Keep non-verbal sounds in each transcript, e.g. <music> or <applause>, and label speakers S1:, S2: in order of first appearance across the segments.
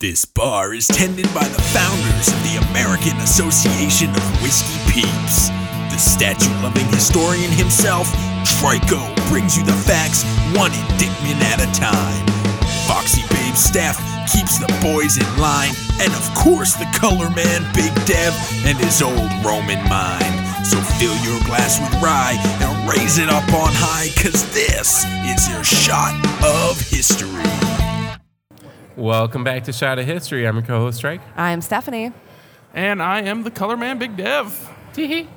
S1: This bar is tended by the founders of the American Association of Whiskey Peeps. The statue loving historian himself, Trico, brings you the facts one indictment at a time. Foxy Babe's staff keeps the boys in line, and of course, the color man, Big Dev, and his old Roman mind. So fill your glass with rye and raise it up on high, cause this is your shot of history.
S2: Welcome back to Shot of History. I'm your co-host Strike.
S3: I'm Stephanie.
S4: And I am the color man, Big Dev. Tee hee.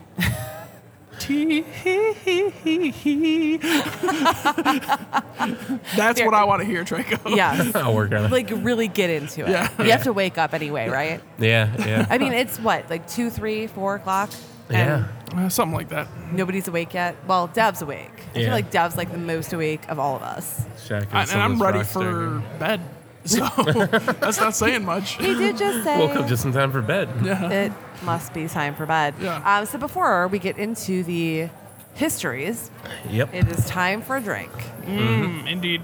S4: That's what I want to hear, Draco.
S3: Yes.
S2: I'll work on it.
S3: like really get into it.
S4: Yeah.
S3: You have to wake up anyway, right?
S2: Yeah,
S3: <laughs>
S2: yeah,
S3: I mean, it's what like two, three, four o'clock.
S2: yeah.
S3: And
S4: Uh, <laughs> Something like that.
S3: Nobody's awake yet. Well, Dev's awake. I
S2: Yeah.
S3: feel like Dev's like the most awake of all of us.
S2: Shaq
S4: I,
S2: is
S4: and I'm
S2: someone's
S4: ready
S2: rock star,
S4: for
S2: dude.
S4: bed. <laughs> So that's not saying much.
S3: He did just say
S2: <laughs> Woke up just in time for bed.
S4: Yeah.
S3: it must be time for bed.
S4: Yeah.
S3: Um, so before we get into the histories,
S2: <laughs> Yep.
S3: it is time for a drink.
S4: Mm, Indeed.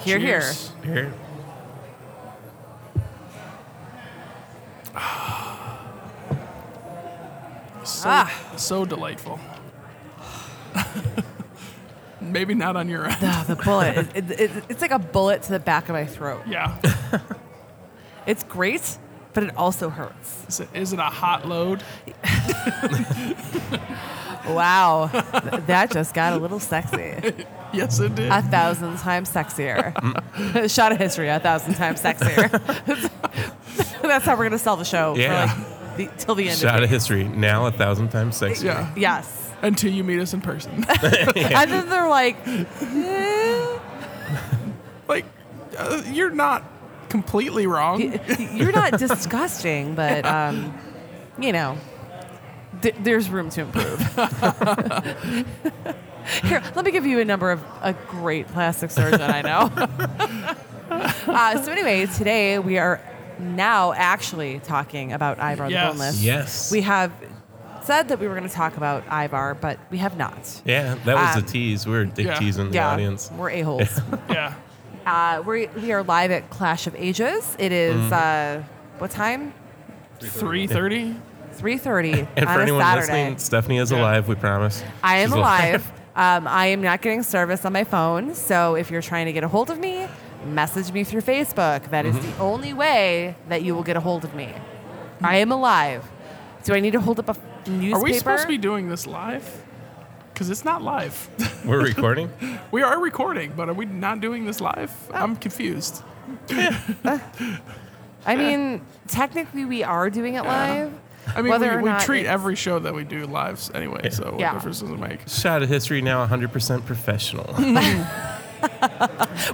S3: Here, here.
S4: Cheers.
S2: Here.
S4: So,
S3: Ah.
S4: so delightful. <laughs> Maybe not on your end.
S3: Ah, the bullet. It- it- it- it's like a bullet to the back of my throat.
S4: Yeah.
S3: It's great, but it also hurts.
S4: Is it, is it a hot load?
S3: Wow. Th- that just got a little sexy.
S4: Yes, it did.
S3: A thousand times sexier. <laughs> Shot of history, a thousand times sexier. <laughs> That's how we're going to sell the show for,
S2: Yeah.
S3: like, the, till the end
S2: Shot
S3: of
S2: of
S3: it.
S2: history. Now a thousand times sexier.
S4: yeah.
S2: <laughs>
S3: Yes.
S4: Until you meet us in person.
S3: And then they're like,
S2: <laughs>
S3: eh,
S4: like, uh, you're not completely wrong.
S3: you're not disgusting, but, um, you know, th- there's room to improve. <laughs> Here, let me give you a number of a great plastic surgeon I know. <laughs> uh, so, anyway, today we are now actually talking about eyebrow the
S4: Yes.
S3: boneless.
S2: Yes.
S3: We have said that we were going to talk about Ivar, but we have not.
S2: yeah, that was
S3: Um,
S2: a tease. We were dick
S4: yeah.
S2: teasing the
S3: yeah,
S2: audience.
S3: we're a-holes.
S4: Yeah.
S3: uh, we we are live at Clash of Ages. It is uh, what time?
S4: 3.30?
S3: Three thirty
S2: <laughs> And for
S3: on a
S2: anyone
S3: Saturday.
S2: listening, Stephanie is
S4: Yeah.
S2: alive. We promise.
S3: I am
S2: She's
S3: alive. um, I am not getting service on my phone. So if you're trying to get a hold of me, message me through Facebook. That is
S2: Mm-hmm.
S3: the only way that you will get a hold of me. I am alive. Do I need to hold up a f- newspaper?
S4: Are we supposed to be doing this live? Because it's not live.
S2: <laughs>
S4: <laughs>
S2: We're recording.
S4: we are recording, but are we not doing this live?
S3: Oh.
S4: I'm confused.
S3: I mean, technically, we are doing it live.
S4: I mean,
S3: Whether or
S4: we, we
S3: not
S4: treat
S3: it's-
S4: every show that we do lives anyway, so what
S3: Yeah.
S4: difference does it make?
S2: Shot of history. Now 100% professional.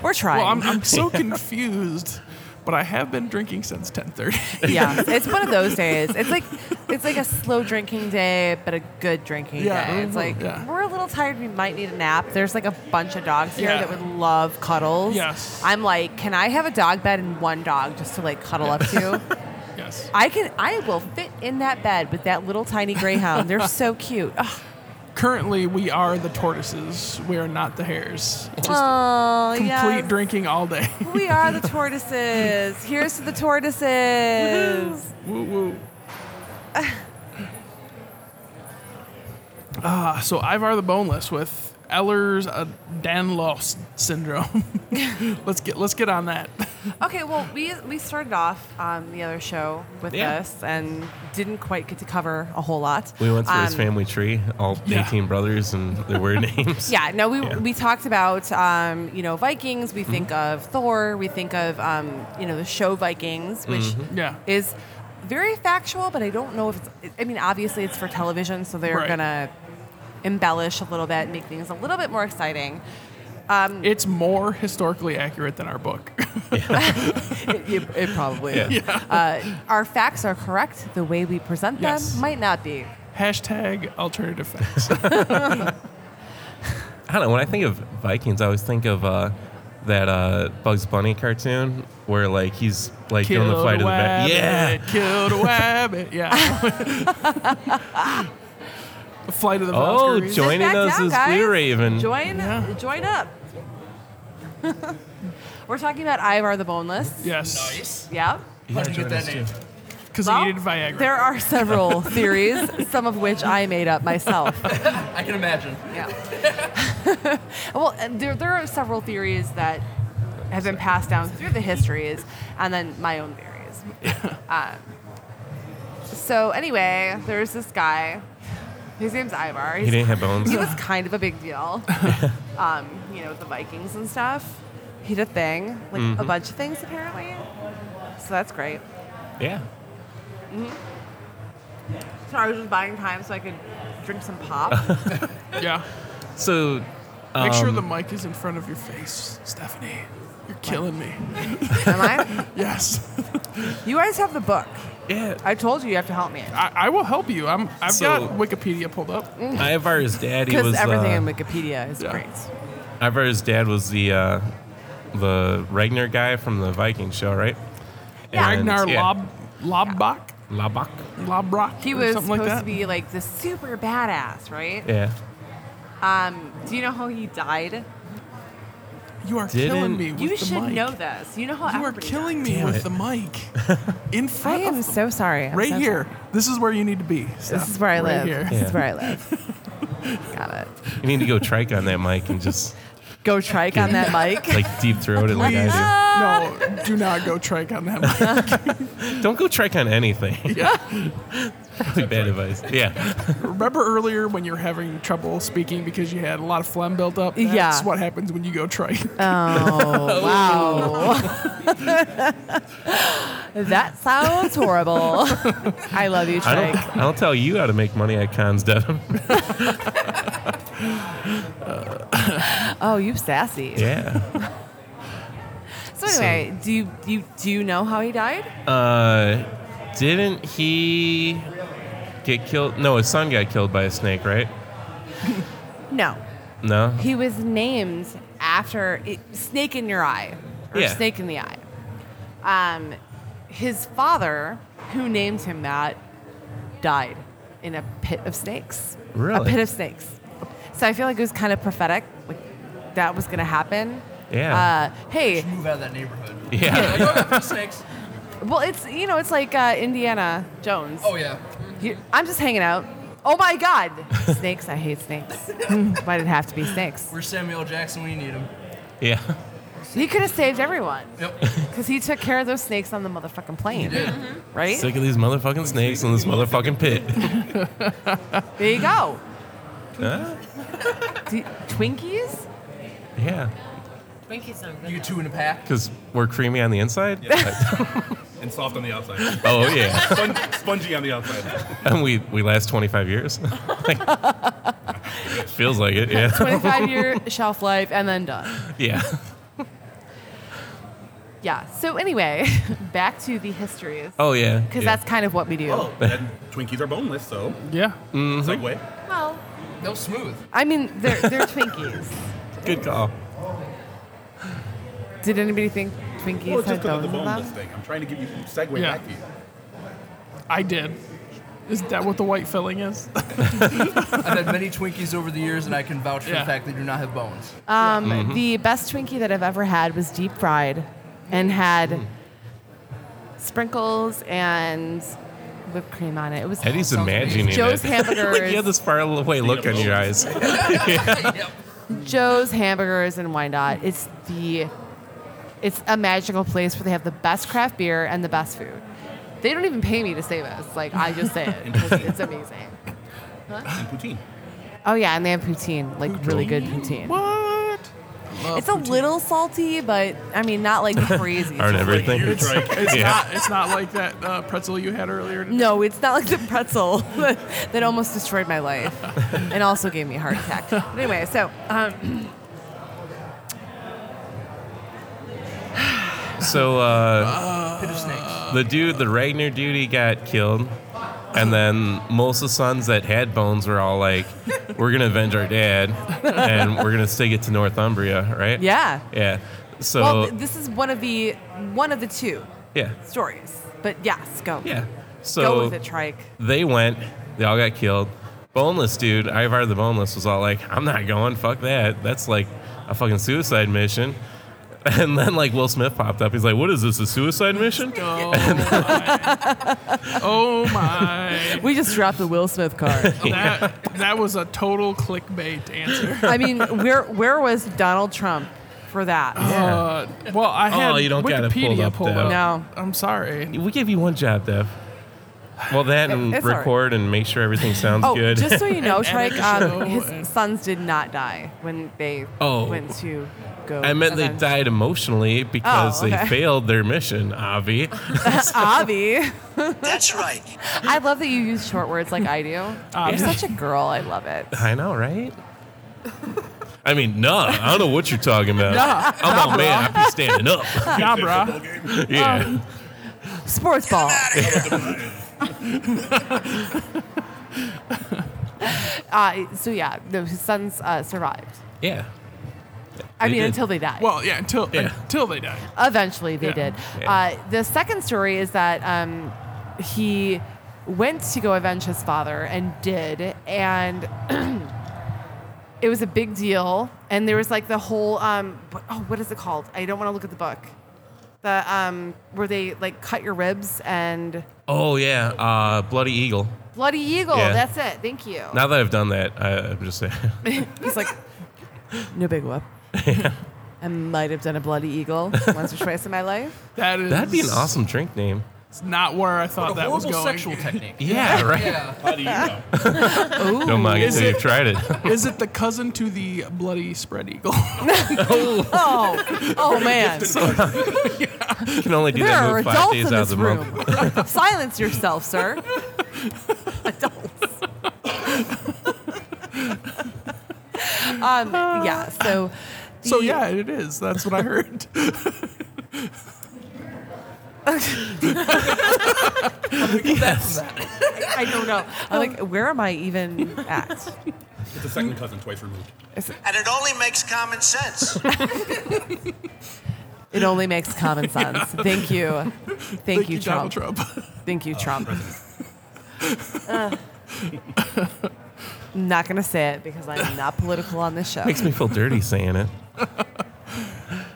S3: We're trying.
S4: Well, I'm, I'm
S3: <laughs>
S4: so confused, but I have been drinking
S3: <laughs>
S4: since 10.30. <laughs>
S3: yeah, it's one of those days. It's like it's like a slow drinking day, but a good drinking
S4: Yeah,
S3: day. It's like
S4: yeah.
S3: we're a little tired. We might need a nap. There's like a bunch of dogs here
S4: Yeah.
S3: that would love cuddles.
S4: Yes.
S3: I'm like, can I have a dog bed and one dog just to like cuddle up
S4: <laughs>
S3: to?
S4: yes.
S3: I can. I will fit in that bed with that little tiny greyhound. They're so cute. Oh,
S4: Currently, we are the tortoises. We are not the hares. <laughs> Just complete
S3: yeah.
S4: drinking all day.
S3: We are the tortoises. Here's to the tortoises.
S4: woo woo. Ah, so Ivar the Boneless with Ehlers uh, Danlos syndrome. <laughs> let's get let's get on that. <laughs>
S3: Okay, well, we we started off on the other show with
S2: Yeah.
S3: this and didn't quite get to cover a whole lot.
S2: We went through his
S3: Um,
S2: family tree, all
S4: Yeah.
S2: 18 brothers and their weird <laughs> names.
S3: Yeah, no, we,
S2: Yeah. Mm-hmm.
S3: we talked about um, you know Vikings. We think of Thor. We think of um, you know the show Vikings, which
S2: Mm-hmm.
S4: Yeah.
S3: is very factual, but I don't know if it's. I mean, obviously it's for television, so they're
S4: Right.
S3: gonna embellish a little bit, make things a little bit more
S2: <laughs>
S3: exciting.
S4: It's more historically accurate than our book. <laughs>
S3: It, it, it <laughs> probably.
S2: Yeah.
S3: is. Uh, our facts are correct. The way we present them
S4: Yes.
S3: might not be.
S4: Hashtag alternative facts.
S2: I don't know. When I think of Vikings, I always think of uh, that uh, Bugs Bunny cartoon where like he's like doing the flight of the bat. Yeah,
S4: Killed
S2: <laughs>
S4: a rabbit. Yeah. <laughs> the flight of the
S2: Oh,
S4: Valkyries.
S2: joining
S3: back
S4: Mm-hmm.
S2: us
S3: down,
S2: is
S3: guys.
S2: Blue Raven.
S3: Join,
S4: Yeah.
S3: join up. <laughs> We're talking about Ivar the Boneless.
S4: Yes.
S5: Nice.
S3: Yeah.
S2: You gotta
S5: How'd you
S2: join
S5: get
S2: us
S5: that name?
S2: too.
S4: Because
S3: Well,
S4: he needed Viagra.
S3: There are
S4: <laughs>
S3: several theories, some of which I made up myself.
S5: <laughs> I can imagine.
S3: Yeah. <laughs> well, and there, there are several theories that have been passed down through the histories, and then my own theories.
S4: <laughs>
S3: um, so anyway, there's this guy. His name's Ivar.
S2: He
S3: He's
S2: didn't have bones.
S4: <laughs>
S3: he was kind of a big deal. um, you know, with the Vikings and stuff. He did a thing, like a
S4: Mm-hmm.
S3: bunch of things apparently. So that's great.
S2: yeah.
S3: So I was just buying time so I could drink some
S4: <laughs>
S3: pop.
S4: yeah.
S2: So
S4: Make sure
S2: Um,
S4: the mic is in front of your face, Stephanie. You're killing me.
S3: Am I?
S4: Yes.
S3: You guys have the book.
S2: yeah,
S3: I told you you have to help me.
S4: I, I will help you. I'm, I've
S2: So-
S4: got Wikipedia pulled up.
S2: Ivar's dad. He
S3: Because
S2: was
S3: everything
S2: uh,
S3: in Wikipedia is
S4: yeah.
S3: great.
S2: Ivar's dad was the uh, the Ragnar guy from the Viking show, right?
S3: Yeah.
S2: And-
S4: Ragnar
S2: yeah.
S4: Lob, Lobbach?
S2: Lobach.
S4: Lobrock?
S3: He
S4: or
S3: was
S4: something
S3: supposed
S4: like that.
S3: to be like the super badass, right?
S2: Yeah.
S3: Um, do you know how he died?
S4: You are
S2: Didn't-
S4: killing me with
S3: You
S4: the
S3: should
S4: mic.
S3: know this. You know how
S4: You are
S3: everybody
S4: killing
S3: died.
S4: me
S2: Damn
S4: with
S2: it.
S4: the mic.
S2: <laughs>
S4: In
S3: I
S4: front
S3: am
S4: of them.
S3: so sorry. I'm
S4: Right
S3: so
S4: here. This is where you need to be.
S3: sorry.
S4: Steph.
S3: This is where I
S4: Right
S3: live.
S4: here.
S3: This
S2: Yeah.
S3: is where I live.
S4: <laughs>
S3: Got it.
S2: You need to go trike on that mic and just
S3: Go trike on that <laughs> mic.
S2: like deep throat it like I
S4: No, do not go trike on that
S3: <laughs>
S4: mic.
S2: do. Don't go trike on anything.
S4: Yeah.
S2: Probably bad advice. Yeah.
S4: Remember earlier when you're having trouble speaking because you had a lot of phlegm built up? That's
S3: Yeah.
S4: what happens when you go trike.
S3: Oh, <laughs> wow. that sounds horrible. <laughs> I love you,
S2: I don't.
S3: Trike.
S2: I'll tell you how to make money at cons, Devin.
S3: Oh, you sassy.
S2: yeah.
S3: So anyway, do you, you do you know how he died?
S2: Uh, didn't he get killed? No, his son got killed by a snake, right?
S3: No.
S2: No.
S3: He was named after it, Snake in Your Eye, or
S2: Yeah.
S3: Snake in the Eye. Um, his father, who named him that, died in a pit of snakes. A
S2: Really?
S3: pit of snakes. So I feel like it was kind of prophetic, like that was going to happen.
S2: Yeah.
S3: Uh, hey,
S5: Move out of that neighborhood. <laughs>
S2: <laughs>
S5: oh,
S2: yeah.
S5: Snakes.
S3: well, it's you know, it's like uh, Indiana Jones.
S5: Oh yeah.
S3: You- I'm just hanging out. Oh my
S2: <laughs>
S3: God, snakes! I hate snakes. Why did it have to be snakes?
S5: We're Samuel Jackson when you need him.
S2: Yeah.
S3: He could have saved everyone.
S5: Yep.
S3: Because he took care of those snakes on the motherfucking plane, Mm-hmm. right?
S2: Sick of these motherfucking snakes in this motherfucking pit.
S3: There you go. <laughs>
S2: Huh?
S3: D- Twinkies?
S2: Yeah.
S6: Twinkies sound good.
S5: you two in a pack.
S2: Because we're creamy on the inside.
S7: and soft on the outside.
S2: oh yeah. <laughs>
S7: Spon- spongy on the outside.
S2: And we we last 25 years. <laughs> feels like it. Yeah. <laughs>
S3: 25 year shelf life and then done.
S2: Yeah.
S3: Yeah. So, anyway, <laughs> back to the histories.
S2: Oh yeah.
S3: Because
S2: yeah.
S3: that's kind of what we do.
S7: Oh, and Twinkies are boneless, so
S4: Yeah.
S7: segue.
S3: Well,
S5: No smooth.
S3: I mean, they're, they're Twinkies.
S2: good call.
S3: Did anybody think Twinkies
S7: Well,
S3: had bones
S7: Oh, just because of the
S3: in
S7: boneless
S3: them?
S7: thing. I'm trying to give you segue
S4: Yeah.
S7: back to you.
S4: I did. Is that what the white filling is?
S5: I've had many Twinkies over the years, and I can vouch for
S4: Yeah.
S5: the fact they do not have bones.
S3: Um,
S2: Mm-hmm.
S3: The best Twinkie that I've ever had was deep fried and had
S2: Mm.
S3: sprinkles and whipped cream on it. It was
S2: Eddie's
S5: sounds
S2: imagining <laughs>
S3: Joe's
S2: it.
S3: hamburgers.
S2: like you had this far away look on your eyes.
S5: yep.
S3: Joe's Hamburgers and Why Not. It's the it's a magical place where they have the best craft beer and the best food. They don't even pay me to say this. Like I just
S2: <laughs>
S3: say it. It's, it's amazing.
S7: And poutine.
S3: Oh yeah, and they have poutine, like really good poutine.
S4: what?
S3: It's a little salty, but I mean
S2: <laughs>
S3: not like crazy.
S2: Aren't
S3: salty.
S2: everything?
S7: You're trying.
S4: It's
S2: <laughs> Yeah.
S4: not. It's not like that uh, pretzel you had earlier. today.
S3: No, it's not like the pretzel <laughs> that almost destroyed my life and also gave me a heart attack. But anyway, so um,
S2: So uh,
S5: Ah. Pit of snakes.
S2: the dude, the Ragnar dude, he got killed, and then most of the sons that had bones were all like, "We're gonna avenge our dad, and we're gonna stick it to Northumbria, right?"
S3: yeah.
S2: Yeah. So
S3: Well, th- this is one of the one of the two
S2: yeah,
S3: stories. But yes, go.
S2: yeah. So
S3: go with it, Trike.
S2: they went. They all got killed. Boneless dude, Ivar the Boneless was all like, "I'm not going. Fuck that. That's like a fucking suicide mission." <laughs> And then like Will Smith popped up. He's like, "What is this? A suicide mission?"
S4: Oh my. oh
S2: <laughs>
S4: my.
S3: We just dropped the Will Smith card.
S4: That, that was a total clickbait answer.
S3: I mean, where where was Donald Trump for that?
S4: Uh, well, I had
S2: Oh, you don't got it pulled
S4: Wikipedia
S2: up,
S4: pulled
S2: though.
S4: up.
S3: No.
S4: I'm sorry.
S2: We gave you one job, Dev. Well, that and
S3: It's all right.
S2: record and make sure everything sounds
S3: Oh,
S2: good.
S3: just so you know,
S4: And
S3: Trike,
S4: edit the
S3: um,
S4: show
S3: his
S4: and-
S3: sons did not die when they
S2: Oh.
S3: went to go.
S2: <laughs> I meant they
S3: avenge-
S2: died emotionally because
S3: Oh,
S2: they
S3: okay.
S2: failed their mission, Avi.
S3: <laughs> Avi,
S1: That's right.
S3: I love that you use short words
S2: <laughs>
S3: like I do. You're
S4: Avi.
S3: such a girl. I love it.
S2: I know, right? I mean, nah, I don't know what you're talking about. I'm a man, I be standing up. <laughs>
S3: <laughs>
S4: Yeah, bruh.
S7: Okay.
S3: Um,
S2: Yeah.
S3: Sports ball. <laughs> Uh, so yeah, no, his sons uh, survived.
S2: yeah.
S3: I
S2: They
S3: mean,
S2: did.
S3: until they died.
S4: Well, yeah, until
S2: Yeah.
S4: until they die.
S3: Eventually, they
S4: Yeah.
S3: did.
S2: Yeah.
S3: Uh, the second story is that um, he went to go avenge his father and did, and <clears throat> it was a big deal. And there was like the whole um, what- oh, what is it called? I don't want to look at the book. The um, where they like cut your ribs and
S2: Oh, yeah. Uh, Bloody Eagle.
S3: bloody eagle.
S2: Yeah.
S3: That's it. Thank you.
S2: Now that I've done that, I, I'm just saying. <laughs>
S3: He's like, <laughs> no big whoop. I might have done a bloody eagle once or twice in my life.
S4: That is
S2: That'd be an awesome drink name.
S4: It's not where I thought
S5: What a
S4: that was
S5: horrible
S4: going. <laughs>
S5: sexual technique.
S2: Yeah, right?
S7: How do you know?
S2: Don't mind
S4: Is
S2: until
S4: it-
S2: you've tried it.
S4: Is it the cousin to the bloody spread eagle? <laughs>
S3: Oh, oh man.
S2: You can only do
S3: There
S2: that
S3: are
S2: move five
S3: adults
S2: days
S3: in
S2: out of the
S3: this
S2: month.
S3: room. <laughs> Silence yourself, sir. <laughs> adults. um, yeah. So.
S4: so
S3: the-
S4: yeah, it is. That's what I heard.
S2: Yes.
S3: <laughs> I don't know. I'm like, where am I even at?
S7: It's a second cousin, twice removed.
S6: And it only makes common sense.
S3: It only makes common sense. Thank you. Thank,
S4: Thank
S3: you,
S4: you, Donald Trump. <laughs>
S3: Thank
S2: Oh,
S3: you, Trump. <laughs> Uh, not going to say it because I'm not political on this
S2: <laughs>
S3: show.
S2: Makes me feel dirty saying it.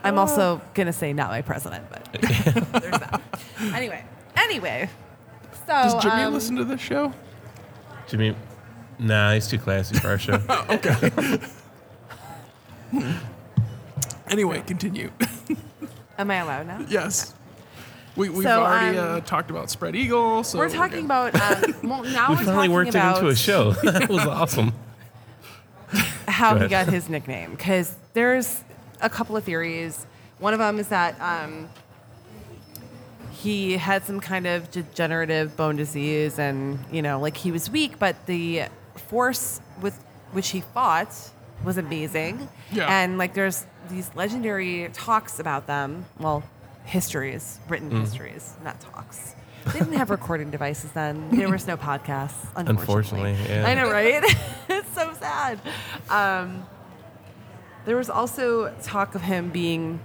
S3: I'm
S2: Uh.
S3: also going to say not my president, but <laughs> there's that. Anyway, anyway. So,
S4: Does Jimmy
S3: um,
S4: listen to this show?
S2: Jimmy, nah, he's too classy for our <laughs> show.
S4: Anyway, continue.
S3: am I allowed now?
S4: yes. We, we've
S3: So,
S4: already
S3: um,
S4: uh, talked about spread eagle. So
S3: We're talking
S4: good.
S3: about, um, well, now
S2: we
S3: we're
S2: finally
S3: talking
S2: worked
S3: about
S2: it into a show. <laughs> that was awesome.
S3: how
S2: Go
S3: he
S2: ahead.
S3: got his nickname because there's a couple of theories. One of them is that um, he had some kind of degenerative bone disease, and you know, like he was weak, but the force with which he fought was amazing.
S4: Yeah.
S3: And like, there's these legendary talks about them. Well, histories, written
S2: Mm-hmm.
S3: histories, not talks. They didn't have recording devices then. There was
S2: <laughs>
S3: no podcasts, unfortunately.
S2: Unfortunately, yeah.
S3: I know, right? <laughs> it's so sad. Um, there was also talk of him being,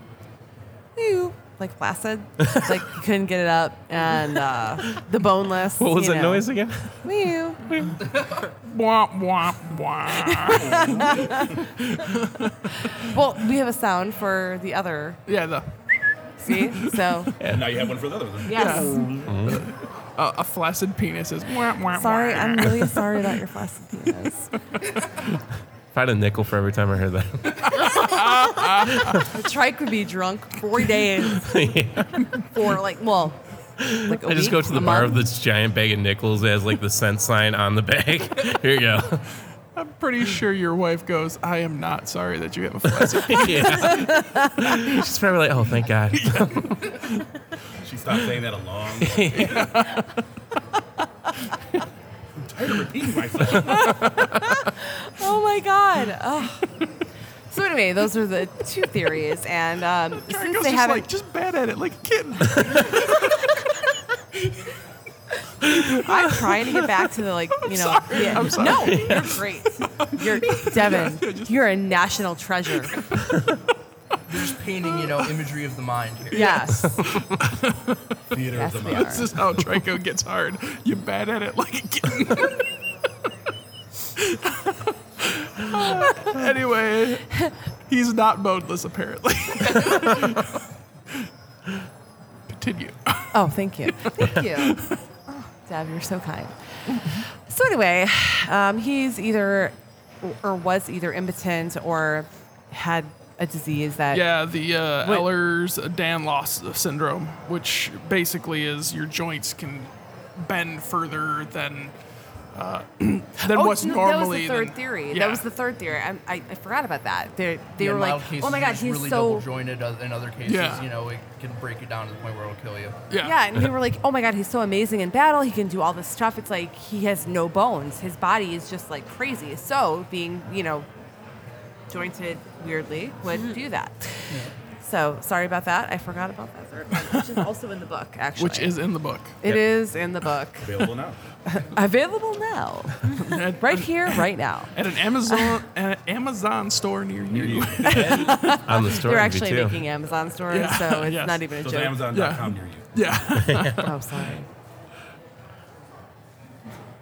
S3: ew, like
S2: <laughs>
S3: flaccid, like he couldn't get it up, and uh, the boneless.
S2: What was
S3: you
S2: that
S3: know,
S2: noise again?
S3: Ew.
S4: Wah, wah, wah. <laughs>
S3: Well, we have a sound for the other.
S4: yeah, the,
S3: See,
S2: <laughs>
S3: so
S7: And now you have one for the other one.
S3: yes.
S4: uh, a flaccid penis is. Wah, wah,
S3: Sorry,
S4: wah.
S3: I'm really sorry about your flaccid <laughs> penis.
S2: If I had a nickel for every time I heard that. <laughs>
S3: Trike would be drunk four days
S2: Yeah.
S3: for like, well, like a
S2: I just
S3: week,
S2: go to the
S3: a
S2: bar
S3: month.
S2: with this giant bag of nickels that has like the cent sign on the bag. <laughs> Here you go.
S4: I'm pretty sure your wife goes. I am not sorry that you have a flaccid.
S2: yeah. She's probably like, oh, thank God.
S7: She stopped saying that a long time. I'm tired of repeating myself.
S3: Oh my god. Oh. so anyway, those are the two theories, and um,
S4: Trent
S3: since <laughs>
S4: goes
S3: they
S4: just
S3: haven't,
S4: like just bad at it like a kid.
S3: I'm trying to get back to the like, you know, yeah. no, you're great. You're Devin. You're a national treasure.
S5: They're just painting, you know, imagery of the mind here.
S3: Yes,
S7: Theater
S3: yes,
S7: of the
S3: they are.
S7: mind.
S4: This is how Trico gets hard. You're bad at it like a kid. <laughs> anyway, He's not boneless, apparently. <laughs> Continue.
S3: Oh, thank you. Thank you. Oh, Deb, you're so kind. So, anyway, um, he's either or was either impotent or had a disease that.
S4: Yeah, the uh,
S3: Wait.
S4: Ehlers Danlos syndrome, which basically is your joints can bend further than uh, <clears throat> than
S3: Oh,
S4: what's
S3: no,
S4: normally.
S3: that was the third
S4: than-
S3: theory.
S4: Yeah.
S3: That was the third theory. I, I, I forgot about that. They, they
S5: Yeah,
S3: were
S5: mild
S3: like,
S5: cases,
S3: oh my god,
S5: it's
S3: he's
S5: really
S3: so
S5: double jointed. uh, In other cases,
S4: Yeah.
S5: you know, it can break it down to the point where it'll kill you.
S4: yeah.
S3: Yeah, and we were like, oh my God, he's so amazing in battle. He can do all this stuff. It's like he has no bones. His body is just like crazy. So being, you know, jointed weirdly would do that. So sorry about that. I forgot about that third one, which is also in the book, actually.
S4: Which is in
S3: <laughs>
S4: the book.
S3: It is in the book.
S7: Available now.
S3: Available now.
S4: At,
S3: Right here, right now.
S4: at an Amazon <laughs> at an Amazon store near you.
S2: on the story
S3: They're actually
S2: too.
S3: making Amazon stores,
S4: Yeah,
S3: so it's
S4: yes.
S3: not even a
S7: So
S3: joke.
S7: it's Amazon.com near you.
S4: <laughs> Yeah.
S3: oh, sorry.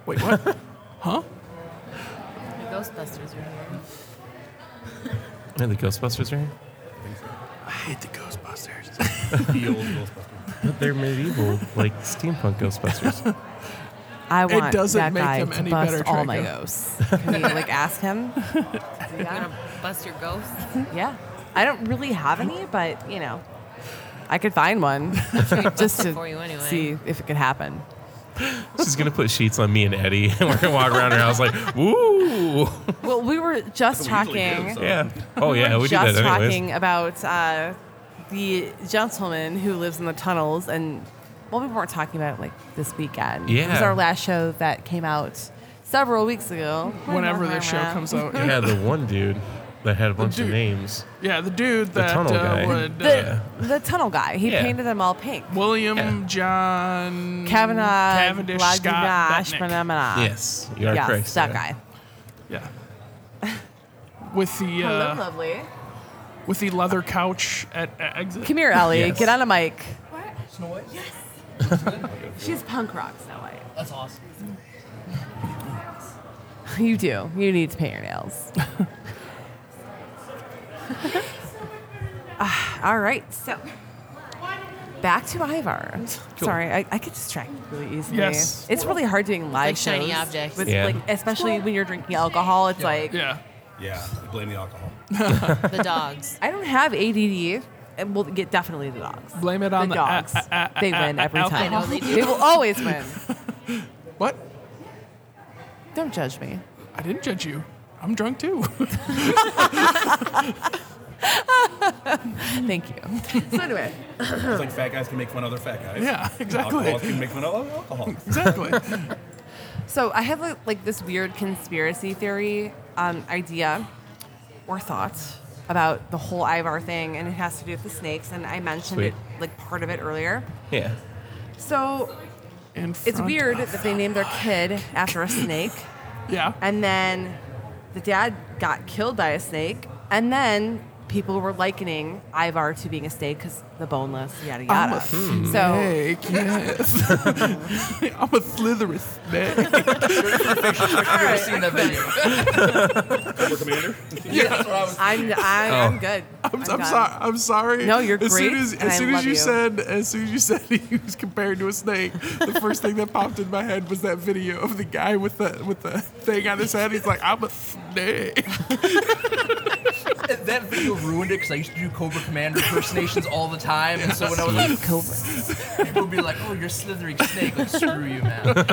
S4: Wait, <laughs> what?
S3: Ghostbusters are here.
S2: Yeah, the Ghostbusters are here.
S4: I hate the Ghostbusters.
S7: The old Ghostbusters.
S2: But they're medieval, like <laughs> steampunk Ghostbusters.
S3: I want
S4: doesn't
S3: that
S4: make
S3: guy
S4: him
S3: to
S4: any
S3: bust
S4: better,
S3: all my
S4: Draco.
S3: ghosts. Can you like ask
S4: <laughs>
S3: him?
S8: Gonna bust your ghost.
S3: Yeah. I don't really have any, but you know, I could find
S4: <laughs>
S3: one <laughs> just to
S8: for you anyway.
S3: see if it could happen.
S2: She's gonna put sheets on me and Eddie, <laughs> and we're gonna walk around her house like, woo.
S3: Well, we were just
S7: That's what we usually
S3: talking.
S7: do, so.
S2: Yeah. Oh yeah, we do
S3: just
S2: that anyways.
S3: talking about uh, the gentleman who lives in the tunnels, and well, we weren't talking about it like this weekend. it was
S2: Yeah.
S3: our last show that came out several weeks ago.
S4: Whenever this show comes
S3: <laughs>
S4: out.
S2: Yeah, the one dude that had a bunch
S4: dude.
S2: of names.
S4: Yeah, the dude that
S2: tunnel guy.
S4: uh, would uh,
S3: the, the tunnel guy, he
S2: Yeah.
S3: painted them all pink.
S4: William
S2: Yeah.
S4: John
S3: Kavanaugh,
S4: Cavendish Scott
S3: Laguna,
S4: Butnick.
S3: Shmanamana.
S2: Yes, you are
S3: Uh, yes,
S2: correct.
S3: that
S2: yeah.
S3: guy. <laughs>
S4: Yeah. With the
S3: Hello,
S4: uh,
S3: lovely.
S4: with the leather couch at, at exit.
S3: Come here, Ellie.
S2: Yes.
S3: Get on a mic.
S5: Snow White? <laughs>
S3: She's punk rock Snow White.
S5: That's awesome.
S3: <laughs> You do. You need to paint your nails. <laughs> Ah, all right. So back to Ivar. Sorry, I, I get distracted really easily.
S4: Yes.
S3: It's really hard doing live
S8: Like shiny
S3: shows
S8: objects.
S3: with,
S2: Yeah.
S3: like, especially when you're drinking alcohol. It's like
S4: Yeah.
S7: Yeah. Blame the alcohol.
S8: <laughs> The dogs.
S3: I don't have ADD. And we'll get definitely the dogs.
S4: Blame it on
S3: the
S4: the- uh,
S3: dogs. they win every
S8: I
S3: time.
S8: know they do.
S3: They will always win.
S4: What?
S3: <laughs> Don't judge me.
S4: I didn't judge you. I'm drunk too. <laughs>
S3: Thank you. <laughs> So anyway,
S7: It's like fat guys can make fun of other fat guys.
S4: Yeah, exactly.
S7: Alcohol can make fun of other alcohol.
S4: exactly.
S3: So I have like, like this weird conspiracy theory um, idea or thought about the whole Ivar thing, and it has to do with the snakes. And I mentioned
S2: Sweet.
S3: it like part of it earlier.
S2: Yeah.
S3: So
S4: In
S3: it's
S4: front
S3: weird
S4: of-
S3: that they named their kid after a snake,
S4: Yeah.
S3: and then the dad got killed by a snake, and then people were likening Ivar to being a snake because the boneless yada
S4: I'm
S3: yada.
S4: a
S3: So
S4: snake. Yes. <laughs> I'm a slitherous
S3: <laughs>
S4: snake.
S5: I've never seen that
S3: <laughs>
S5: video.
S7: Cobra Commander.
S5: That's what I was
S3: I'm I'm, I'm good.
S4: I'm, I'm,
S3: done.
S4: sorry. I'm sorry.
S3: Oh No, you're
S4: as
S3: great,
S4: Soon as,
S3: and I
S4: as soon
S3: love
S4: as you,
S3: you.
S4: said, as soon as you <laughs> said he was compared to a snake, the first thing that popped in my head was that video of the guy with the with the thing on his head. He's like, I'm a snake.
S5: That video ruined it because I used to do Cobra Commander impersonations all the time, and so when I was like,
S3: Cobra.
S5: people would be like, "Oh, you're a slithering snake!" Like, screw you, <laughs> man.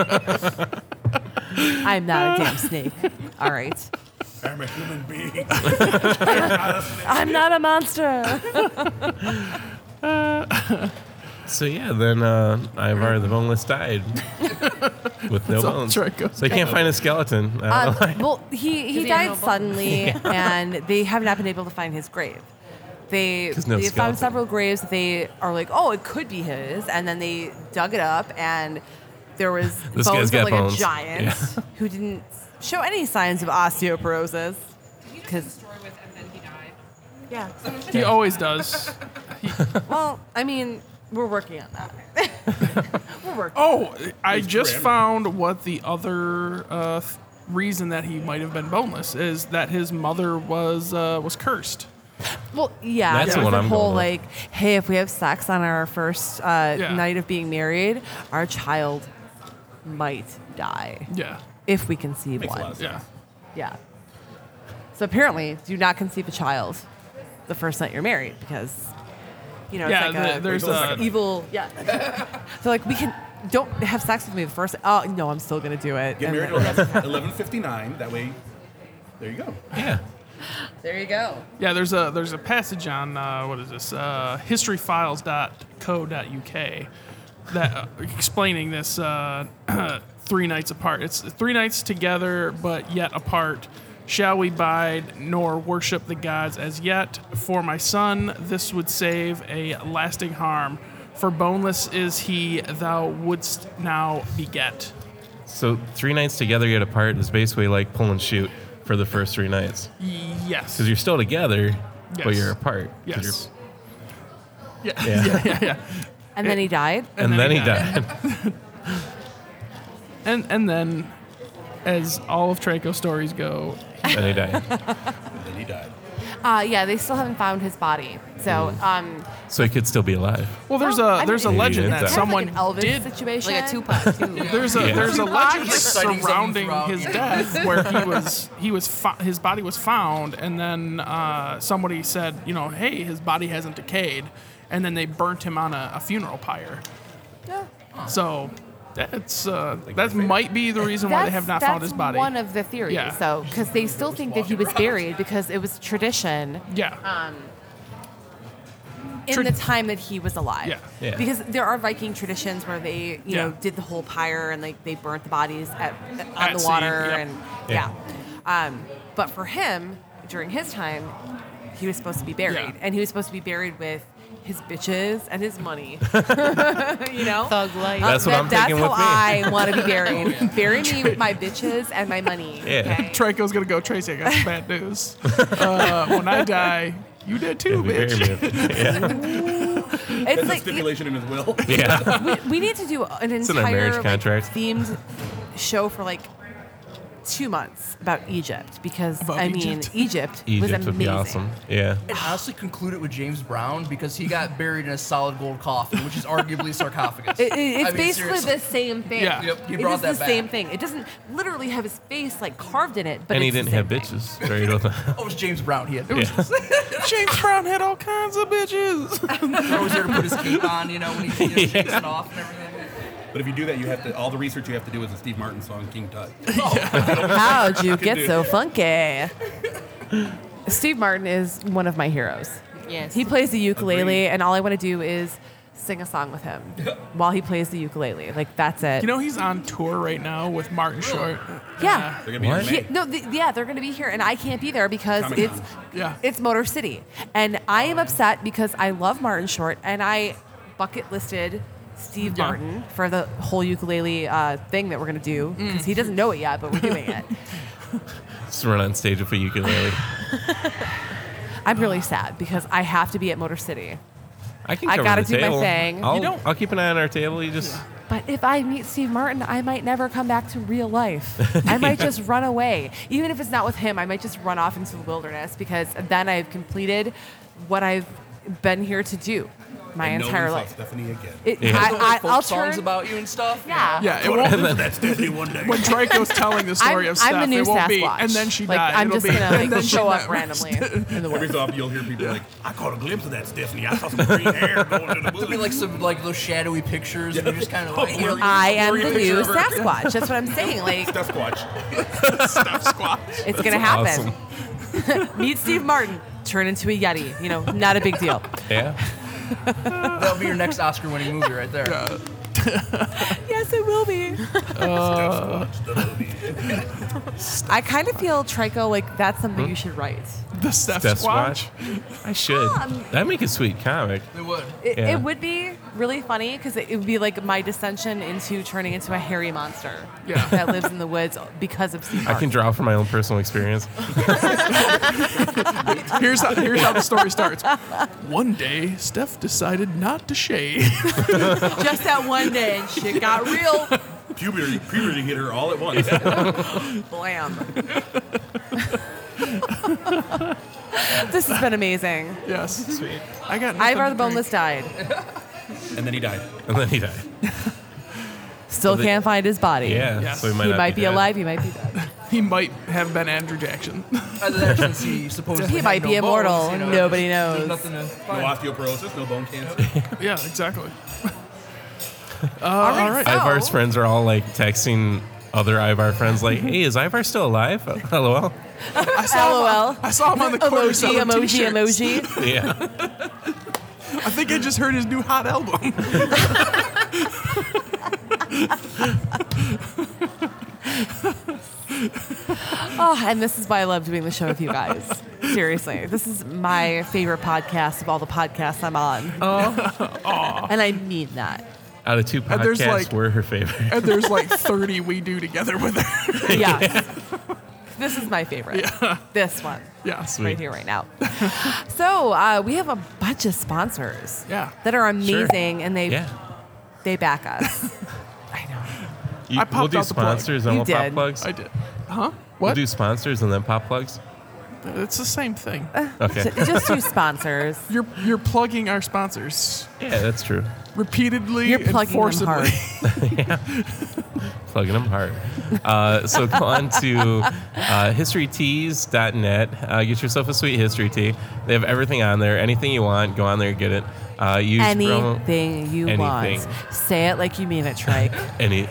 S3: I'm not a damn snake. All right.
S7: <laughs> I'm a human being.
S3: I'm not a monster.
S2: So yeah, then uh, Ivar the boneless
S3: <laughs>
S2: died with no
S4: all
S2: bones.
S4: Draco.
S2: So you can't find a skeleton. I <laughs>
S3: Um,
S2: don't know.
S3: well, he, he
S8: he
S3: died
S8: have no bones?
S3: suddenly, and they have not been able to find his grave. They,
S2: 'Cause no
S3: they found
S2: skeleton.
S3: several graves. that They are like, oh, it could be his, and then they dug it up, and there was
S2: <laughs> This guy's
S3: bones
S2: got
S3: of like
S2: bones.
S3: a giant
S2: Yeah.
S3: <laughs> who didn't show any signs of osteoporosis. Because yeah,
S4: He always does.
S3: well, I mean, we're working on that. <laughs> we're working.
S4: Oh, I just
S7: random.
S4: found what the other uh, th- reason that he might have been boneless is that his mother was uh, was cursed.
S3: Well, yeah,
S2: That's
S3: there
S2: the
S3: was
S2: one
S3: a
S2: I'm
S3: whole
S2: going
S3: like,
S2: with.
S3: hey, if we have sex on our first uh,
S4: Yeah.
S3: night of being married, our child might die
S4: Yeah.
S3: if we conceive
S7: Makes a
S3: one.
S7: lot of sense.
S4: Yeah.
S3: Yeah. So apparently, do not conceive a child the first night you're married because, you know,
S4: Yeah,
S3: it's like
S4: the-
S3: a,
S4: there's
S3: it's
S4: a-
S3: evil. Yeah. <laughs> so like we can don't have sex with me the first. Oh no, I'm still gonna do it.
S7: Get
S3: And
S7: married
S3: then-
S7: at <laughs> 1159. That way, there you go.
S2: Yeah.
S8: There you go.
S4: Yeah, there's a there's a passage on uh, what is this uh, historyfiles.co.uk that uh, explaining this uh, <clears throat> three nights apart. It's three nights together but yet apart. Shall we bide nor worship the gods as yet? For my son, this would save a lasting harm. For boneless is he thou wouldst now beget.
S2: So three nights together yet apart is basically like pull and shoot for the first three nights
S4: Yes.
S2: because you're still together, but
S4: Yes.
S2: you're apart. 'Cause
S4: yes.
S2: you're-
S4: <laughs> Yeah.
S3: <laughs>
S2: Yeah.
S3: And then he died.
S2: And, then, he died.
S4: And and then, as all of Draco's stories go,
S2: <laughs> then he died.
S7: And then he died.
S3: Uh, yeah, they still haven't found his body. So
S2: Hmm.
S3: um,
S2: So he could still be alive.
S4: well, there's
S3: Oh, I
S4: a there's a
S3: mean-
S4: legend
S2: Yeah,
S4: that
S2: it's
S3: kind of like
S4: someone
S3: an Elvis
S4: did.
S3: situation,
S8: Like a Tupac
S3: <laughs>
S8: too.
S4: There's a
S2: Yeah.
S4: there's a legend
S5: Exciting something
S4: surrounding
S5: throughout,
S4: his
S5: yeah.
S4: death where he was he was fo- his body was found, and then uh, somebody said, you know, hey, his body hasn't decayed, and then they burnt him on a, a funeral pyre.
S3: Yeah.
S4: So. That's uh, that might be the reason why they have not
S3: that's
S4: found his body.
S3: One of the theories,
S4: Yeah.
S3: though, because they still think that he was buried because it was tradition
S4: yeah,
S3: in
S4: Trad-
S3: the time that he was alive.
S4: Yeah.
S2: Yeah.
S3: Because there are Viking traditions where they, you know,
S4: Yeah.
S3: did the whole pyre and like they burnt the bodies at, on
S4: At
S3: the
S4: sea,
S3: water
S4: yep.
S3: and
S2: Yeah.
S3: yeah. Um, but for him, during his time, he was supposed to be buried,
S4: Yeah.
S3: and he was supposed to be buried with his bitches and
S2: <laughs>
S3: his money. <laughs> you know.
S8: Thug life.
S2: That's what I'm
S3: that's
S2: taking
S3: how
S2: with me.
S3: I want to be
S4: <laughs>
S3: buried.
S4: Oh,
S3: Bury
S2: <laughs>
S3: me with my bitches and my money.
S2: Yeah.
S3: Okay?
S4: Trico's gonna go. Tracy, I got some bad news. Uh, when I die, you did too,
S2: If he
S4: bitch.
S2: married me.
S3: It's
S7: That's a
S3: like
S7: stipulation in his will.
S2: Yeah.
S3: we need to do an
S2: in our
S3: entire
S2: marriage
S3: like,
S2: contract.
S3: themed show for like two months about Egypt because
S4: About
S3: I mean
S4: Egypt.
S3: Egypt, was
S2: Egypt
S3: amazing.
S2: would be awesome. Yeah.
S5: And honestly, conclude it with James Brown because he got buried in a solid gold coffin, which is arguably a sarcophagus.
S3: It- it- it's
S5: I mean,
S3: basically
S5: seriously.
S3: the same thing.
S4: Yeah.
S5: Yep, you
S3: It
S5: brought
S3: is
S5: that
S3: the
S5: back.
S3: same thing. It doesn't literally have his face like carved in it, but
S2: And he
S3: it's the
S2: didn't have
S3: same thing.
S2: <laughs> bitches buried with him.
S5: Oh, it was James Brown. He had it was,
S2: Yeah.
S3: <laughs>
S4: <laughs> James Brown had all kinds of bitches.
S5: he was there to <laughs> put his cape on, you know, when he you know, <laughs> shakes it off and everything.
S7: But if you do that, you have to. All the research you have to do is a Steve Martin song, King Tut.
S3: How'd you get so funky? <laughs> Steve Martin is one of my heroes.
S8: Yes.
S3: He plays the ukulele,
S7: Agreed.
S3: and all I want to do is sing a song with him while he plays the ukulele. Like that's it.
S4: You know he's on tour right now with Martin Short.
S3: yeah.
S7: They're gonna be in
S2: What?
S7: May.
S3: Yeah, no, th- yeah, they're going to be here, and I can't be there because
S7: Comic-Con.
S3: it's
S4: Yeah.
S3: it's Motor City, and I am upset because I love Martin Short, and I bucket listed Steve
S4: Yeah.
S3: Martin for the whole ukulele uh, thing that we're going to do because he doesn't know it yet, but we're doing it.
S2: Just run on stage with a ukulele.
S3: I'm really sad because I have to be at Motor City,
S2: I can
S3: I
S2: cover
S3: gotta
S2: the
S3: do my
S2: table.
S3: thing.
S2: I'll,
S4: You don't-
S2: I'll keep an eye on our table. You just
S3: but if I meet Steve Martin, I might never come back to real life. <laughs> I might just run away, even if it's not with him. I might just run off into the wilderness because then I've completed what I've been here to do my
S7: And no
S3: entire
S7: one saw
S3: life.
S7: Stephanie again.
S3: It,
S2: Yeah.
S5: The
S3: I, I,
S5: folk
S3: I'll
S5: songs
S3: turn.
S5: about you and stuff.
S3: yeah.
S4: Yeah, it won't,
S7: <laughs> That's Stephanie one day.
S4: when Draco's telling
S3: <laughs>
S4: the
S3: I'm,
S4: story of Steph,
S3: I'm the new
S4: it won't
S3: Sasquatch.
S4: be, and then she
S3: like,
S4: died.
S3: I'm
S4: It'll
S3: just
S4: be- <laughs>
S3: gonna
S4: and then
S3: like,
S4: she
S3: show
S4: died.
S3: up
S4: <laughs>
S3: randomly in the
S7: Every
S3: woods.
S7: so often you'll hear people like, I caught a glimpse of that Stephanie. I saw some green hair going to the
S5: I mean,
S7: woods.
S5: like some like those shadowy pictures, and you're just kind of
S7: Oh,
S5: like, you know,
S7: really?
S3: I am
S7: Blurry
S3: the
S7: picture
S3: new
S7: of her.
S3: Sasquatch. That's what I'm saying. Like
S7: That's Squatch.
S3: it's gonna happen. Meet Steve Martin. Turn into a yeti. You know, not a big deal.
S2: yeah.
S5: <laughs> that'll be your next Oscar-winning movie right there.
S3: yes, it will be.
S7: Squatch the movie.
S3: <laughs> I kind of feel Trico like that's something you should write.
S4: the Steph,
S2: Death
S4: Squatch.
S2: Squatch. I should.
S3: Um,
S2: That'd make a sweet comic.
S5: It would.
S3: It,
S2: Yeah.
S3: it would be really funny because it, it would be like my dissension into turning into a hairy monster
S4: Yeah.
S3: that lives in the woods because of Steve
S2: I can
S3: Martin.
S2: draw from my own personal experience.
S4: Here's how, here's how the story starts. One day, Steph decided not to shave. <laughs>
S3: Just that one day, and shit got real. <laughs>
S7: Puberty, puberty hit her all at once.
S3: Blam.
S8: This has been amazing.
S4: Yes. Sweet. I got. nothing
S8: Ivar
S4: to
S8: the
S4: drink.
S8: Boneless died.
S7: And then he died.
S2: and then he died.
S8: Still
S2: they-
S8: can't find his body.
S2: Yeah,
S4: Yes.
S2: so he might,
S8: He
S2: not
S8: might be,
S2: dead.
S8: alive. He might be dead.
S4: He might have been Andrew Jackson.
S5: Other than that, since he supposedly
S8: He
S5: had
S8: might
S5: no
S8: be immortal.
S5: bones, you know,
S8: Nobody
S5: there's-
S8: knows.
S5: There's nothing to
S7: No
S5: find.
S7: osteoporosis, no bone cancer.
S4: yeah, <laughs> exactly. Uh,
S8: right,
S4: all right.
S8: so-
S2: Ivar's friends are all like texting other Ivar friends, like, "Hey, is Ivar still alive?" <laughs> LOL.
S4: I saw
S8: LOL.
S4: Him, I saw him on the corner
S8: uh, emoji,
S4: selling
S8: emoji,
S4: t-shirts.
S8: emoji.
S2: Yeah,
S4: I think I just heard his new hot album.
S8: Oh, and this is why I love doing the show with you guys. <laughs> Seriously, this is my favorite podcast of all the podcasts I'm on. Oh, <laughs> and I mean
S2: <laughs>
S8: that.
S2: out of two
S4: And there's,
S2: podcasts,
S4: like-
S2: we're her favorite.
S4: <laughs> and there's like 30 we do together with <laughs> her.
S8: Yes. this is my favorite. This one
S4: Yeah,
S8: right here, right now. <laughs> so uh, we have a bunch of sponsors
S4: Yeah.
S8: that are
S2: Sure.
S8: amazing, and they
S2: Yeah,
S8: they
S2: <laughs>
S8: back us. I know.
S2: You-
S4: I popped
S2: we'll do
S4: out the plug.
S2: sponsors and
S8: You
S2: we'll
S8: did.
S2: pop plugs.
S4: I did. Huh?
S2: We'll
S4: What?
S2: do sponsors and then pop plugs.
S4: it's the same thing.
S8: Uh. <laughs>
S2: Okay.
S8: Ju- Just
S2: <laughs>
S8: two sponsors.
S4: You're you're plugging our sponsors
S2: yeah, that's true.
S4: repeatedly
S8: You're
S4: and
S8: plugging them
S4: forcibly. <laughs>
S8: hard.
S2: plugging them hard. Uh, so go on to uh, historytees.net. Uh, get yourself a sweet history tea. They have everything on there. Anything you want, go on there, get it. Uh, use promo,
S8: Anything you want.
S2: Anything.
S8: Say it like you mean
S2: <laughs>
S8: it, Trike.
S2: any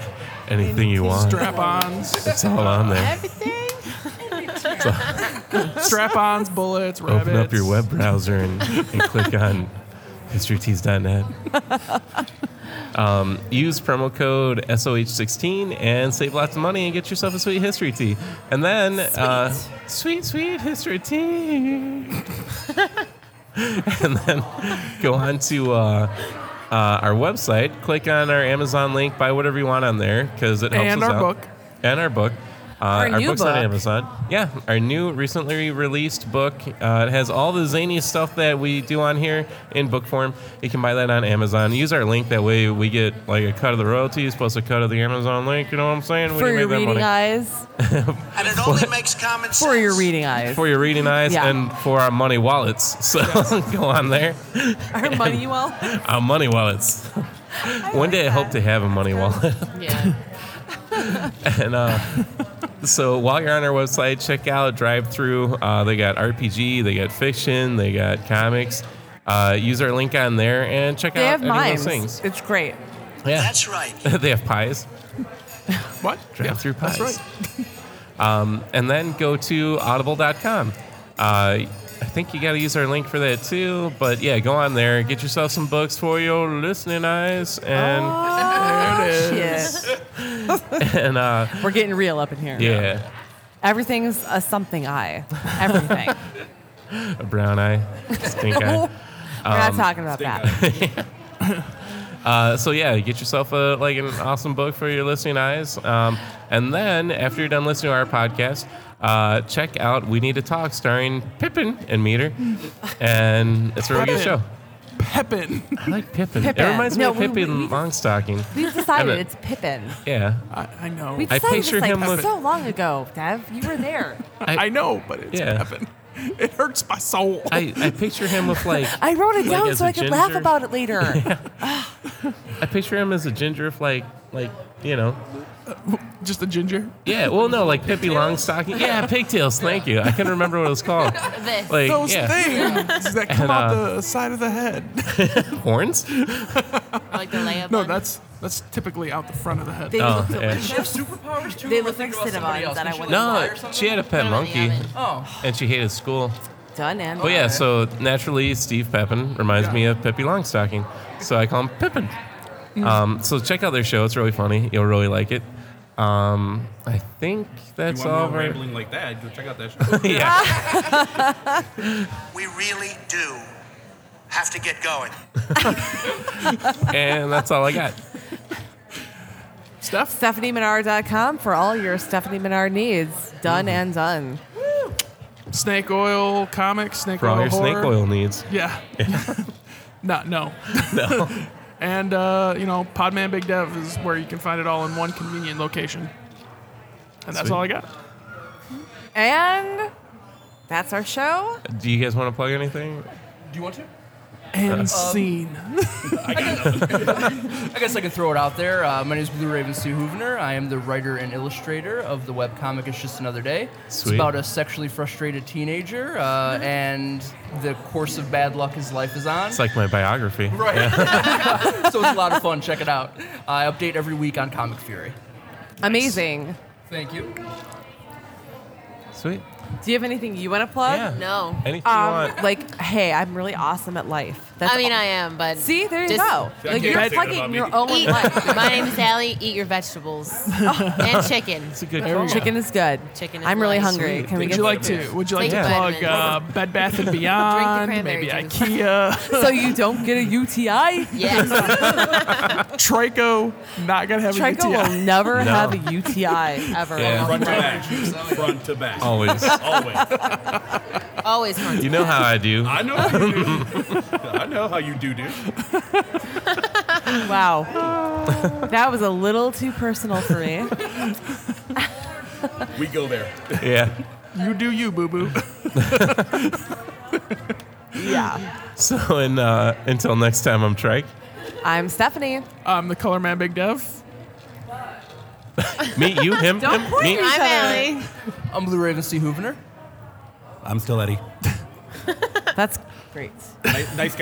S2: anything you want.
S4: Strap-ons,
S2: It's all on there.
S8: Everything.
S4: strap-ons, bullets, rabbits.
S2: Open up your web browser and, and click
S4: <laughs>
S2: on historytees.net. Um, use promo code SOH16 and save lots of money and get yourself a sweet history tea. And then, sweet, uh, sweet, sweet history tea.
S4: <laughs>
S2: and then go on to uh, uh, our website, click on our Amazon link, buy whatever you want on there because it helps
S4: And
S2: us
S4: our
S2: out.
S4: book.
S2: And our book. Uh,
S8: Our new
S2: book's on
S8: book.
S2: Amazon. Yeah, our new recently released book. Uh, it has all the zany stuff that we do on here in book form. You can buy that on Amazon. Use our link. That way we get like a cut of the royalties plus a cut of the Amazon link. You know what I'm saying? We
S8: For
S2: can make
S8: your
S2: that
S8: reading
S2: money.
S8: eyes.
S6: And it only makes common sense.
S8: For your reading
S2: <laughs>
S8: eyes.
S2: For your
S8: <laughs>
S2: reading eyes
S8: Yeah.
S2: and for our money wallets. So <laughs> go on there.
S8: Our
S2: <laughs>
S8: money well.
S2: Our money
S8: <laughs>
S2: wallets. One day I hope to have a money wallet.
S9: Yeah.
S2: And uh, <laughs> so while you're on our website, check out Drive Through. Uh, they got RPG, they got fiction, they got comics. Uh, use our link on there and check
S8: They
S2: out
S8: have
S2: any
S8: mimes.
S2: of those things.
S8: It's great.
S2: Yeah,
S6: That's right.
S2: <laughs> they have pies.
S4: <laughs> What?
S2: Drive through pies. Um,
S4: That's right.
S2: <laughs> And then go to audible.com. Uh, I think you got to use our link for that too. But yeah, go on there, get yourself some books for your listening eyes, and
S4: There it is.
S8: Shit.
S2: <laughs> and uh,
S8: We're getting real up in here.
S2: yeah.
S8: Everything's a something eye. Everything.
S2: a brown eye, stink
S8: <laughs>
S2: eye.
S8: We're
S2: Um,
S8: not talking about that.
S2: Uh, so yeah, get yourself a like an awesome book for your listening eyes, um, and then after you're done listening to our podcast, uh, check out "We Need to Talk" starring Pippin and Meter, and it's a really good show.
S4: Pippin. <laughs> Pepin.
S2: I like Pippin.
S8: Pippin.
S2: It reminds me
S8: No,
S2: of
S8: we-
S2: Pippin
S8: we- we-
S2: Longstocking.
S8: We've decided
S2: Evan.
S8: it's Pippin.
S2: Yeah,
S4: I, I know.
S8: We
S2: I
S8: decided this
S2: pictured
S8: like
S2: him with-
S8: so long ago, Dev. You were there.
S4: I, know, but it's
S2: Yeah.
S4: Pepin. It hurts my soul.
S2: I, I picture him with like
S8: <laughs> I wrote it
S2: Like
S8: down
S2: as
S8: so
S2: a
S8: I could laugh
S2: ginger?
S8: about it
S2: <laughs>
S8: later.
S2: I picture him as a ginger with like like you know
S4: Just a ginger.
S2: yeah well no like Pippi Longstocking yeah pigtails thank you I can remember what it was
S8: <laughs>
S2: called
S9: This.
S2: like
S4: Those
S2: yeah uh,
S4: things that come out the side of the head.
S2: horns
S9: Like the layup.
S4: <laughs> No,
S9: one.
S4: that's that's typically out the front of the head.
S9: They
S2: Oh,
S9: look
S2: yeah.
S9: delicious.
S5: She has superpowers too.
S8: They
S5: or
S8: look
S5: think
S8: like
S5: about somebody
S8: Cinnabons
S5: else?
S8: that
S5: Can
S8: I
S5: she,
S8: wouldn't
S5: like, fly
S2: No,
S5: or something?
S2: she had a pet
S9: Put 'em in the
S2: monkey,
S9: oven.
S5: Oh,
S2: and she hated school.
S8: Done and.
S2: But Oh, yeah,
S5: Alright.
S2: so naturally, Steve Pepin reminds me of Pippi Longstocking, so I call him Pippin.
S7: Mm.
S2: Um, so check out their show; it's really funny. You'll really like it. Um, I think
S7: If
S2: that's
S7: you want
S2: all.
S7: more
S2: Right.
S7: rambling like that, go check out that show.
S2: <laughs> yeah,
S6: We really do have to get going.
S2: and that's all I
S7: <laughs>
S2: got.
S4: Steph?
S8: StephanieMenard.com for all your Stephanie Menard needs. Done
S2: Mm-hmm.
S8: and done.
S4: Snake oil comics, snake
S2: For
S4: oil
S2: all your
S4: horror.
S2: snake oil needs, <laughs>
S4: Yeah. no, no. <laughs> and, uh, you know, Podman Big Dev is where you can find it all in one convenient location. And that's
S2: Sweet.
S4: all I got.
S8: And That's our show.
S2: Do you guys want to plug anything?
S5: Do you want to?
S2: Um,
S4: And scene.
S5: I guess I can throw it out there. Uh, my name is Blue Raven Sue Hoovener. I am the writer and illustrator of the webcomic It's Just Another Day. It's
S2: Sweet.
S5: about a sexually frustrated teenager uh, and the course of bad luck his life is on.
S2: It's like my biography.
S5: right. <laughs> so it's a lot of fun. Check it out. I update every week on Comic Fury.
S8: Amazing.
S5: Thank you.
S2: Sweet.
S8: Do you have anything you want to plug?
S2: Yeah.
S3: No.
S2: Anything you
S8: Um,
S2: want.
S8: like, hey, I'm really awesome at life. That's
S3: I mean, I am, but
S8: See, there you
S3: just
S8: go.
S7: can't
S8: Like
S7: say
S8: you're
S7: that
S8: plugging
S7: about
S8: your
S7: me.
S8: own
S3: Eat,
S8: life.
S3: my name is Allie. Eat your <laughs> vegetables and chicken.
S2: It's a good
S4: There we
S2: call.
S4: go.
S8: Chicken is good.
S3: Chicken is
S8: I'm really
S3: nice.
S8: hungry. Can we
S4: Would
S8: get
S4: you like to? Would you like
S3: Take
S4: to plug
S3: vitamins.
S4: uh, Bed Bath and Beyond?
S3: cranberry
S4: maybe
S3: juice.
S8: <laughs>
S4: IKEA,
S8: so you don't get a UTI?
S3: Yes.
S8: <laughs>
S4: Trico. Not gonna have
S8: Trico
S4: a UTI.
S8: will never
S2: No.
S8: have a UTI ever.
S2: Yeah.
S7: Front to back. Front to back.
S2: Always.
S7: Always.
S3: Always fun.
S2: You know how I do.
S7: <laughs> I know how you do. I know how you do, dude.
S2: <laughs>
S8: Wow. that was a little too personal
S3: <laughs>
S8: for me.
S7: We go there.
S2: Yeah.
S4: You do you, boo boo. <laughs>
S8: Yeah.
S2: So and uh, until next time, I'm Trike.
S8: I'm Stephanie.
S4: I'm the color man, Big Dev.
S2: Meet you, him,
S8: Don't
S2: him,
S8: point
S2: me.
S8: at each
S3: I'm
S8: other.
S3: Allie.
S5: I'm Blue Raven C. Hoovener.
S7: I'm still Eddie.
S8: That's great.
S7: Nice guy.